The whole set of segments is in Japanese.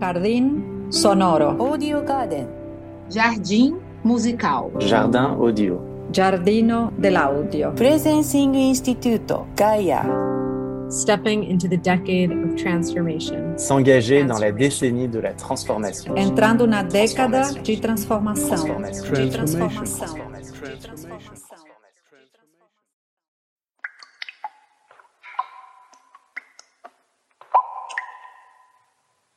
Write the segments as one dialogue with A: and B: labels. A: Jardim sonoro.
B: Audio Garden.
C: Jardim musical.
D: Jardin Audio,
A: Giardino dell'audio.
B: Presencing Instituto. Gaia.
E: stepping into the decade of transformation.
D: s'engager dans la décennie de la transformation.
A: Entrando na década de transformação.
D: Transformação.
A: De transformação. De transformação.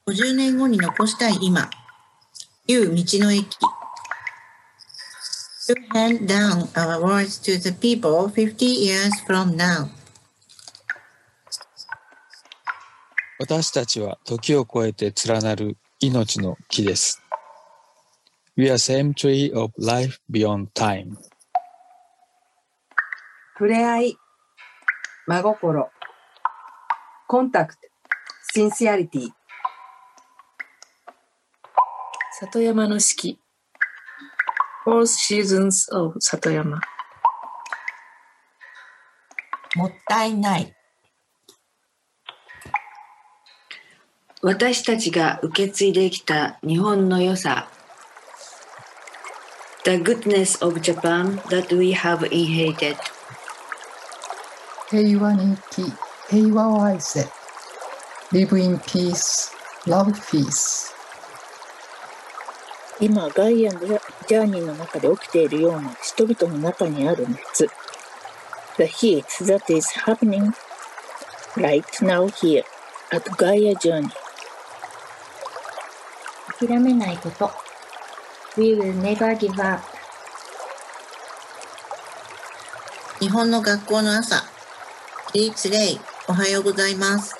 F: 50年後に残したい今、いう道の駅。To hand down our words to the people 50 years from now.
G: 私たちは時を超えて連なる命の木です。We are century of life beyond time.
H: 触れ合い、真心、コンタクト、シンシアリティ、
I: 里山の四季 Four Seasons of 里山
F: もったいない。
J: 私たちが受け継いできた日本の良さ The goodness of Japan that we have inherited
K: 平和に生き、平和を愛せ。Live in peace, love peace.
L: 今ガイアンがジャーニーの中で起きているような人々の中にある熱 The heat that is happening right now here at Gaia Journey
M: 諦めないこと。We will never give up.
F: 日本の学校の朝。リーツレイ、おはようございます。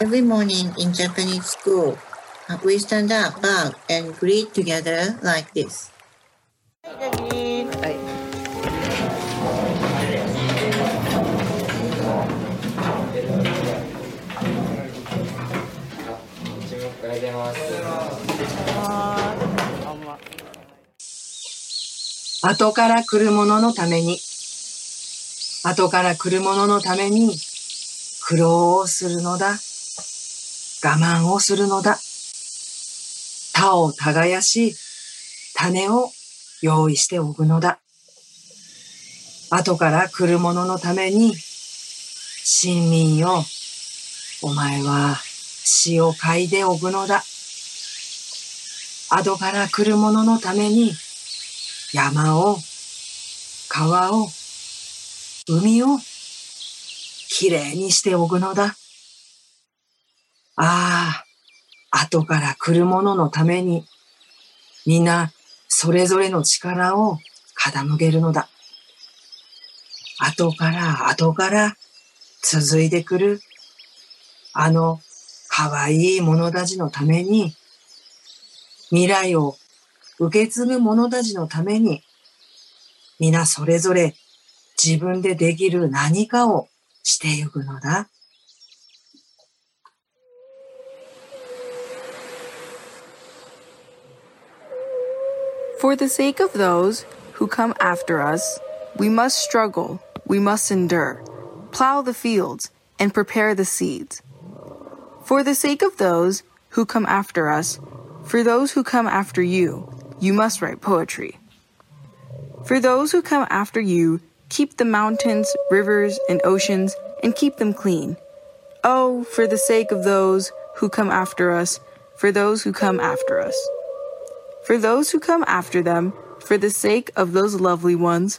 F: Every morning in Japanese school, we stand up, bow, and greet together like this.
H: 後から来る者のために、後から来る者のために、苦労をするのだ。我慢をするのだ。田を耕し、種を用意しておくのだ。後から来る者のために、親民よ、お前は詩を嗅いでおくのだ。後から来る者のために、山を、川を、海を、きれいにしておくのだ。ああ、後から来る者のために、皆、それぞれの力を傾けるのだ。後から後から続いてくる、あの、可愛い者たちのために、未来を受け継ぐ者たちのために、皆それぞれ自分でできる何かをしてゆくのだ。
N: For the sake of those who come after us, we must struggle, we must endure, plow the fields, and prepare the seeds. For the sake of those who come after us, for those who come after you, you must write poetry. For those who come after you, keep the mountains, rivers, and oceans, and keep them clean. Oh, for the sake of those who come after us, for those who come after us for those who come after them, for the sake of those lovely ones,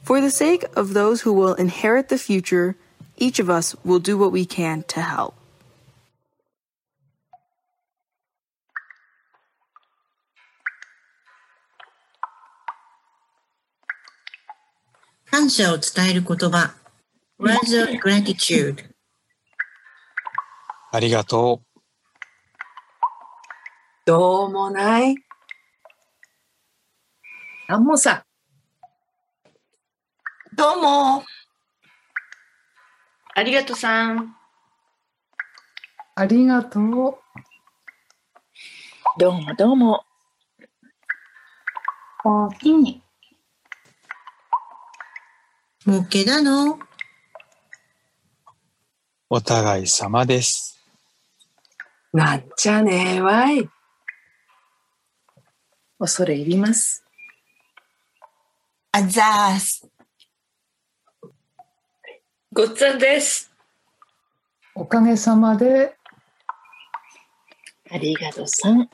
N: for the sake of those who will inherit the future, each of us will do what we can to help.
F: 感謝を伝える言葉。Words of gratitude.
G: ありがとう。
H: どうもない。
B: なんもさ。
F: どうも。
J: ありがとさん
K: ありがとう。
L: どうもどうも
M: おおきに。
F: もうけだの。
G: お互い様です。
A: なんちゃねえわい。
O: 恐れ入ります。
F: あざーす。
P: ごっつぁんです。
Q: おかげさまで、
R: ありがとうさん。あ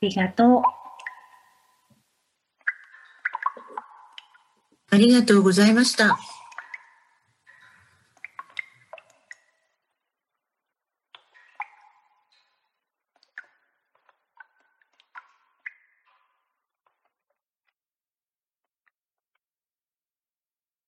R: りがとう。
F: ありがとうございました。